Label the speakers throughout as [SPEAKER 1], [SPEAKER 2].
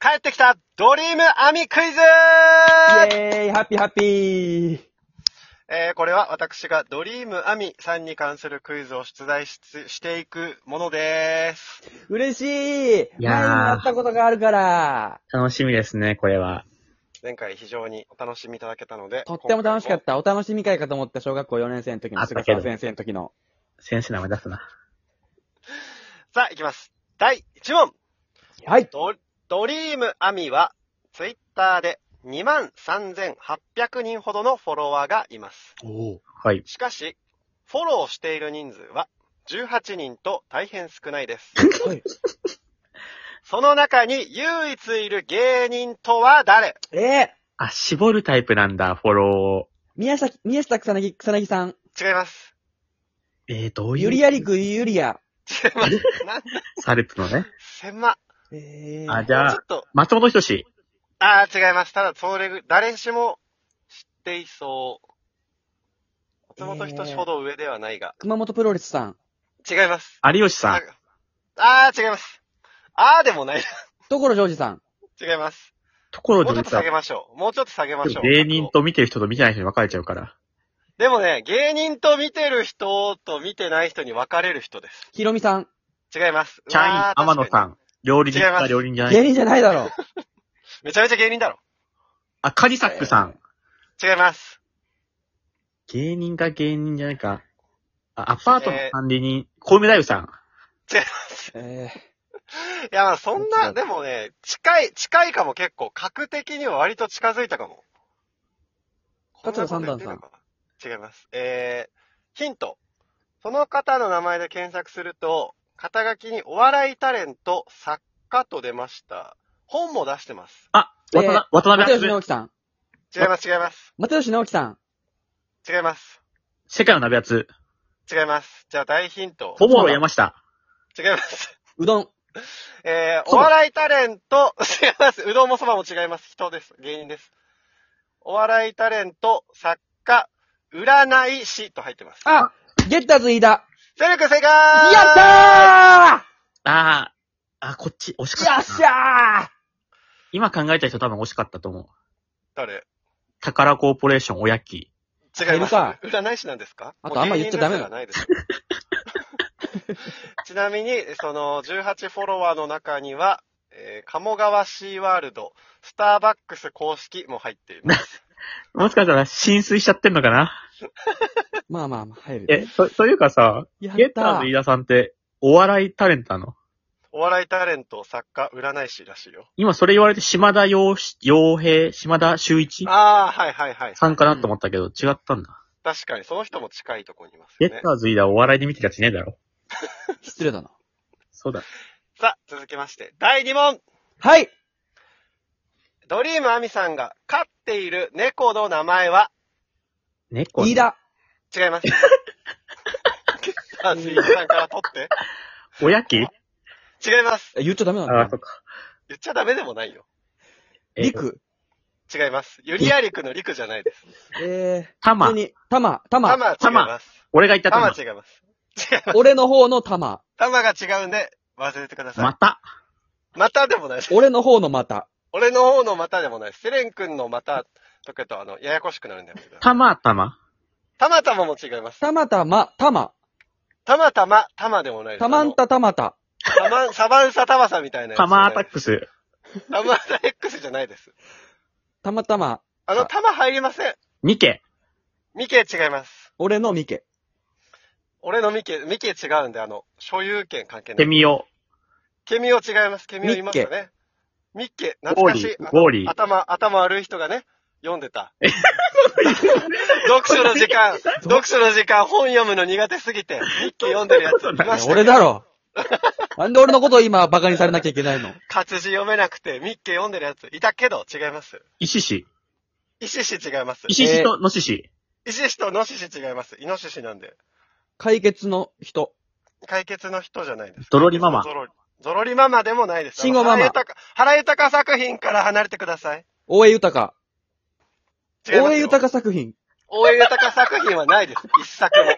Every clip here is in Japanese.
[SPEAKER 1] 帰ってきたドリーム網クイズ
[SPEAKER 2] イェーイハッピーハッピー
[SPEAKER 1] えー、これは私がドリーム網さんに関するクイズを出題ししていくものです。
[SPEAKER 2] 嬉しい
[SPEAKER 3] いやー
[SPEAKER 2] 前にも会ったことがあるから
[SPEAKER 3] 楽しみですね、これは。
[SPEAKER 1] 前回非常にお楽しみいただけたので。
[SPEAKER 2] とっても楽しか
[SPEAKER 1] 今
[SPEAKER 2] った。お楽しみ会かと思った小学校4年生の時
[SPEAKER 3] あ
[SPEAKER 2] の、
[SPEAKER 3] った
[SPEAKER 2] 菅
[SPEAKER 3] け
[SPEAKER 2] 沢
[SPEAKER 3] ど
[SPEAKER 2] 先生の時の。
[SPEAKER 3] 選手名前出すな。
[SPEAKER 1] 回も。さあ、いきます。第1問
[SPEAKER 2] はい
[SPEAKER 1] ドドリーム網は、ツイッターで23,800人ほどのフォロワーがいます。
[SPEAKER 3] はい。
[SPEAKER 1] しかし、フォローしている人数は18人と大変少ないです。
[SPEAKER 2] はい
[SPEAKER 1] その中に唯一いる芸人とは誰
[SPEAKER 2] えー、
[SPEAKER 3] あ、絞るタイプなんだ、フォロ
[SPEAKER 2] 宮崎、宮下草薙、草薙さん。
[SPEAKER 1] 違います。
[SPEAKER 3] ー。えー、どういう
[SPEAKER 2] ゆりやりくゆりや。
[SPEAKER 1] 違います。なん
[SPEAKER 3] サルプのね。
[SPEAKER 1] 狭。
[SPEAKER 2] え
[SPEAKER 3] あ、
[SPEAKER 2] ー、
[SPEAKER 3] じゃ
[SPEAKER 1] ちょ
[SPEAKER 3] あ
[SPEAKER 1] っ、と、
[SPEAKER 3] 松本人志。
[SPEAKER 1] あー違います。ただ、それぐ、誰しも知っていそう。松本人志ほど上ではないが。
[SPEAKER 2] 熊本プロレスさん。
[SPEAKER 1] 違います。
[SPEAKER 3] 有吉さん。
[SPEAKER 1] あー違います。あーでもない。
[SPEAKER 2] 所ジョージさん。
[SPEAKER 1] 違います。
[SPEAKER 3] 所
[SPEAKER 1] もうちょ
[SPEAKER 3] ジョー
[SPEAKER 1] っと
[SPEAKER 3] ジさ
[SPEAKER 1] 下
[SPEAKER 3] ん
[SPEAKER 1] げ。ましょう。もうちょっと下げまし
[SPEAKER 3] で
[SPEAKER 1] ょ
[SPEAKER 3] も
[SPEAKER 1] う。
[SPEAKER 3] 芸人と見てる人と見てない人に分かれちゃうから。
[SPEAKER 1] でもね、芸人と見てる人と見てない人に分かれる人です。
[SPEAKER 2] ひろみさん。
[SPEAKER 1] 違います。
[SPEAKER 3] キャイ
[SPEAKER 1] う
[SPEAKER 3] ン
[SPEAKER 1] わ、ー
[SPEAKER 3] 天野
[SPEAKER 1] 確
[SPEAKER 3] さ。
[SPEAKER 1] か
[SPEAKER 3] ん。料理人
[SPEAKER 1] 違いま
[SPEAKER 3] か
[SPEAKER 1] す
[SPEAKER 3] 料理人じゃな
[SPEAKER 2] 芸
[SPEAKER 3] い。
[SPEAKER 2] 人じゃないだろう。
[SPEAKER 1] にめちゃめちゃ芸人だろ。
[SPEAKER 3] あ、カニサックさん。
[SPEAKER 1] 違います。
[SPEAKER 3] 芸人か芸人じゃないか。あ、アパートの管理人、小梅太夫さん。
[SPEAKER 1] 違います。
[SPEAKER 2] え
[SPEAKER 1] いや、まあそん
[SPEAKER 2] 違
[SPEAKER 1] な、
[SPEAKER 2] う
[SPEAKER 1] でもね、近い、近いかも結構、格的には割と近づいたかも。
[SPEAKER 2] 桂三
[SPEAKER 1] こなこ
[SPEAKER 2] 段さん
[SPEAKER 1] と言ってるのかな違います。えー、ヒント。その方の名前で検索すると、肩書きにお笑いタレント、作家と出ました。本も出してます。
[SPEAKER 3] あ、
[SPEAKER 2] えー
[SPEAKER 3] 渡辺、渡
[SPEAKER 2] ー、
[SPEAKER 3] 辺
[SPEAKER 2] 又吉
[SPEAKER 3] 篤
[SPEAKER 2] 直
[SPEAKER 3] 郎
[SPEAKER 2] 樹さん。
[SPEAKER 1] 違います、違います。
[SPEAKER 2] 又吉直樹さん。
[SPEAKER 1] 違います。
[SPEAKER 3] 世界の鍋やつ。
[SPEAKER 1] 違います。じゃあ大ヒント。
[SPEAKER 3] ポポロ山下。
[SPEAKER 1] 違います。
[SPEAKER 2] うどん。
[SPEAKER 1] えー、お
[SPEAKER 2] そば
[SPEAKER 1] 笑いタレント、 違います。うどんもそばも違います。人です。芸人です。お笑いタレント、作家、占い師と入ってます。
[SPEAKER 2] あゲッターズ飯田。
[SPEAKER 1] セルク正解
[SPEAKER 2] やった
[SPEAKER 3] あー、あ、こっち、惜し
[SPEAKER 2] ー
[SPEAKER 3] か
[SPEAKER 2] よっ
[SPEAKER 3] ったな。
[SPEAKER 2] しゃー
[SPEAKER 3] 今考えた人多分惜しかったと思う。
[SPEAKER 1] 誰
[SPEAKER 3] 宝コーポレーション、おやき。
[SPEAKER 1] 違います。
[SPEAKER 2] いるか
[SPEAKER 1] 占い師なんですか
[SPEAKER 2] あとあんま言っちゃダメだ
[SPEAKER 1] もう芸人ですからないです。ちなみに、その18フォロワーの中には、えー、鴨川シーワールド、スターバックス公式も入ってい ます。
[SPEAKER 3] もしかしたら浸水しちゃってんのかな
[SPEAKER 2] まあまあまあ、入る。
[SPEAKER 3] え、と、というかさ、
[SPEAKER 2] やった
[SPEAKER 3] ゲッターの飯田さんって、お笑いタレントなの
[SPEAKER 1] お笑いタレント、作家、占い師らしいよ。
[SPEAKER 3] 今それ言われて島田洋し洋平、島田修一
[SPEAKER 1] ああ、はいはいはい。
[SPEAKER 3] さんかなと思ったけど、違ったんだ。
[SPEAKER 1] 確かに、その人も近いとこにいます
[SPEAKER 3] ゲ
[SPEAKER 1] よ
[SPEAKER 3] ッ
[SPEAKER 1] ね
[SPEAKER 3] タ。ーズ飯田お笑いで見てたやついねえだろ。
[SPEAKER 2] 失礼だな。
[SPEAKER 3] そうだ。
[SPEAKER 1] さあ、続きまして、第2問
[SPEAKER 2] はい
[SPEAKER 1] ドリームアミさんが飼っている猫の名前は
[SPEAKER 3] 猫、
[SPEAKER 2] 飯。田。
[SPEAKER 1] 違い ます。さあ、スイーさんから取って。
[SPEAKER 3] おやき
[SPEAKER 1] 違います。
[SPEAKER 2] え言っちゃダメなん
[SPEAKER 3] ああ、
[SPEAKER 2] だ
[SPEAKER 3] そっ。か。
[SPEAKER 1] 言っちゃダメでもないよ。
[SPEAKER 3] え
[SPEAKER 2] リ
[SPEAKER 3] っと、
[SPEAKER 2] ク。
[SPEAKER 1] 違います。ゆりやりくのりくじゃないです。
[SPEAKER 2] え
[SPEAKER 3] た
[SPEAKER 2] ー、普
[SPEAKER 3] ま
[SPEAKER 2] 通。に、たま、た
[SPEAKER 1] た
[SPEAKER 2] ま。
[SPEAKER 1] ま違います。
[SPEAKER 3] 俺が言った
[SPEAKER 1] た
[SPEAKER 3] た
[SPEAKER 1] ま
[SPEAKER 3] ま。
[SPEAKER 1] 違います。違います。
[SPEAKER 2] 俺の方のたま。
[SPEAKER 1] たまが違うんで、忘れてくださ
[SPEAKER 3] ま
[SPEAKER 1] い。
[SPEAKER 3] た。
[SPEAKER 1] またでもないです。
[SPEAKER 2] 俺の方のまた。
[SPEAKER 1] 俺の方のまたでもないです。セレン君のまたとけと、あの、ややこしくなるんだよ。
[SPEAKER 3] たまたま。
[SPEAKER 1] たまたまも違います。
[SPEAKER 2] たまたま、たま。
[SPEAKER 1] たまたま、たまでもないです。
[SPEAKER 2] たまんたたまた。
[SPEAKER 1] あの。たまん、サバンサタマサみたいなやつ。
[SPEAKER 3] たまアタッ。クス。
[SPEAKER 1] たまタ X じゃないです。
[SPEAKER 2] たまたま、
[SPEAKER 1] あの、たま入りません。
[SPEAKER 3] ニケ。
[SPEAKER 1] ミケ違います。
[SPEAKER 2] 俺のミケ。
[SPEAKER 1] 俺のミケ、ミケ違うんで、あの、所有権関係な
[SPEAKER 3] ケ
[SPEAKER 1] い。
[SPEAKER 3] ミオ。
[SPEAKER 1] ケミオ違います。ケミオいましたね。ミッケ、懐
[SPEAKER 3] ゴー
[SPEAKER 1] かし
[SPEAKER 3] リ
[SPEAKER 1] い
[SPEAKER 3] ー。。ゴーリー。
[SPEAKER 1] 頭、頭悪い人がね、読んでた。読書の時間、読書の時間、本読むの苦手すぎて、ミッケ読んでるやついましたよ
[SPEAKER 2] 俺 だろ。なんで俺のことを今バカにされなきゃいけないの
[SPEAKER 1] 活字読めなくて、ミッケ読んでるやついたけど、違います。
[SPEAKER 3] 石シ。
[SPEAKER 1] 石シ違います。
[SPEAKER 3] 石シとノシシ。
[SPEAKER 1] 石シとノシシ違います。イノシシなんで。
[SPEAKER 2] 解決の人。
[SPEAKER 1] 解決の人じゃないです。
[SPEAKER 3] ゾロリママ
[SPEAKER 1] ゾロリ。ゾロリママでもないです。
[SPEAKER 2] 慎吾ママ
[SPEAKER 1] あの原豊原豊作品から離れてください。
[SPEAKER 2] 大江豊。
[SPEAKER 1] 違いますよ
[SPEAKER 2] 大江豊作品。
[SPEAKER 1] 大江豊作品はないです。 一作も。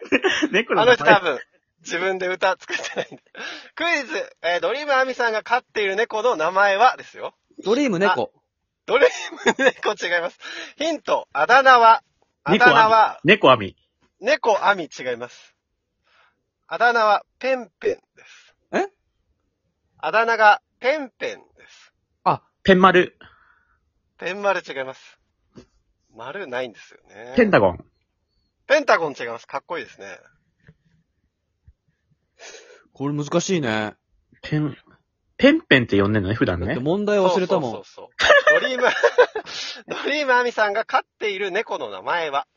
[SPEAKER 3] 猫
[SPEAKER 1] あ
[SPEAKER 3] の
[SPEAKER 1] の
[SPEAKER 3] 名
[SPEAKER 1] 人多
[SPEAKER 3] 前。
[SPEAKER 1] 分、自分で歌作ってないんで。クイズ、えードリームアミさんが飼っている猫の名前はですよ。
[SPEAKER 2] ドリーム猫。
[SPEAKER 1] ドレーム猫違います。ヒント、あだ名は、あ
[SPEAKER 3] 猫
[SPEAKER 1] だ名
[SPEAKER 3] ア
[SPEAKER 1] は、
[SPEAKER 3] ミ。猫アミ。
[SPEAKER 1] 猫アミ違います。あだ名は、ペンペンです。
[SPEAKER 2] え
[SPEAKER 1] あだ名が、ペンペンです。
[SPEAKER 2] あ、
[SPEAKER 3] ペン丸。
[SPEAKER 1] ペン丸違います。丸ないんですよね。
[SPEAKER 3] ペンタゴン。
[SPEAKER 1] ペンタゴン違います。かっこいいですね。
[SPEAKER 2] これ難しいね。
[SPEAKER 3] ペン、ペンペンって呼んでんのね、普段
[SPEAKER 2] だっ
[SPEAKER 3] ね
[SPEAKER 2] て。問題忘れたもん。
[SPEAKER 1] そうそうそうそう。ドリーム、 ドリームアミさんが飼っている猫の名前は、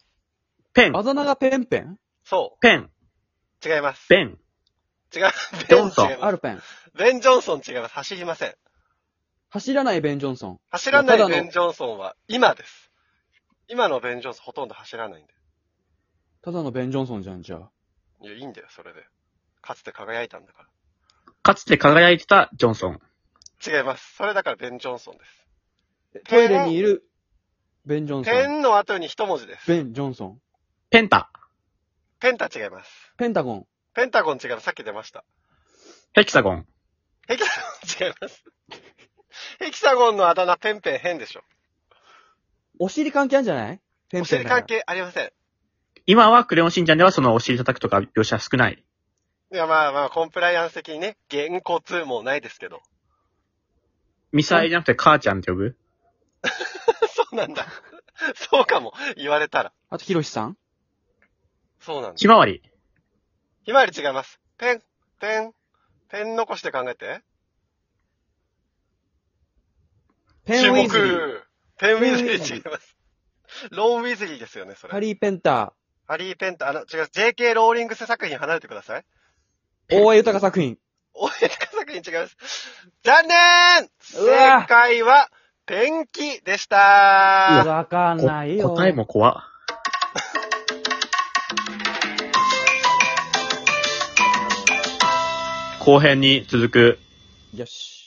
[SPEAKER 3] ペン、
[SPEAKER 2] あだ名がペンペン
[SPEAKER 1] そ
[SPEAKER 3] ペン、
[SPEAKER 1] う、違います。
[SPEAKER 3] ペン。
[SPEAKER 1] 違う。
[SPEAKER 3] ジョンソン
[SPEAKER 1] ベ違います
[SPEAKER 2] アルペン。
[SPEAKER 1] ベン・ジョンソン違います。走りません。
[SPEAKER 2] 走らないベン・ジョンソン。
[SPEAKER 1] 走らない
[SPEAKER 2] ただの
[SPEAKER 1] ベン・ジョンソンは今です。今のベン・ジョンソンほとんど走らないんで。
[SPEAKER 2] ただのベン・ジョンソンじゃん、じゃあ。
[SPEAKER 1] いや、いいんだよ、それで。かつて輝いたんだか
[SPEAKER 3] かつて輝いてたジョンソン。
[SPEAKER 1] ら。違います。それだからベン・ジョンソンです。
[SPEAKER 2] トイレにいるベン・ジョンソ
[SPEAKER 1] ペ
[SPEAKER 2] ン。
[SPEAKER 1] ンの後に一文字です。
[SPEAKER 2] ベン・ジョンソン。
[SPEAKER 3] ペンタ、
[SPEAKER 1] ペンタ違います。
[SPEAKER 2] ペンタゴン。
[SPEAKER 1] ペンタゴン違います。さっき出ました。
[SPEAKER 3] ヘキサゴン、
[SPEAKER 1] ヘキサゴン違います。ヘキサゴンのあだ名ペンペン変でしょ。
[SPEAKER 2] お尻関係あるんじゃないペ
[SPEAKER 1] お
[SPEAKER 2] ンペン
[SPEAKER 1] 尻
[SPEAKER 2] だから
[SPEAKER 1] 関係ありません。
[SPEAKER 3] 今はクレヨンしんちゃんではそのお尻叩くとか描写少ない。
[SPEAKER 1] いや、まあまあ、コンプライアンス的にね、原骨もないですけど。
[SPEAKER 3] ミサイじゃなくて母ちゃんって呼ぶ
[SPEAKER 1] そうなんだ。そうかも。言われたら。
[SPEAKER 2] あと、ヒロシさん
[SPEAKER 1] そうなんだ。
[SPEAKER 3] ひまわり、
[SPEAKER 1] ひまわり違います。ペン、ペン、ペン残して考えて。
[SPEAKER 2] ペン・ウィズリ
[SPEAKER 1] 注
[SPEAKER 2] ー。
[SPEAKER 1] 目ペンウィズ
[SPEAKER 2] ペンウ
[SPEAKER 1] リ
[SPEAKER 2] ィズ
[SPEAKER 1] ー違
[SPEAKER 2] リ
[SPEAKER 1] います。ローンウィズリーですよね、そ
[SPEAKER 2] ハ
[SPEAKER 1] れ。
[SPEAKER 2] リー・ペンタ
[SPEAKER 1] ハリー・ペンタ、あの、違う、JK ローリングス作品離れてください。
[SPEAKER 2] ー。大江豊作品。
[SPEAKER 1] 大江高作品違います。残念
[SPEAKER 2] うわ
[SPEAKER 1] 正解は、ペンキでし
[SPEAKER 2] いや
[SPEAKER 1] た
[SPEAKER 2] わかん
[SPEAKER 3] こ
[SPEAKER 2] ないよ。
[SPEAKER 3] 答え。も怖。後編に続く。
[SPEAKER 2] よし。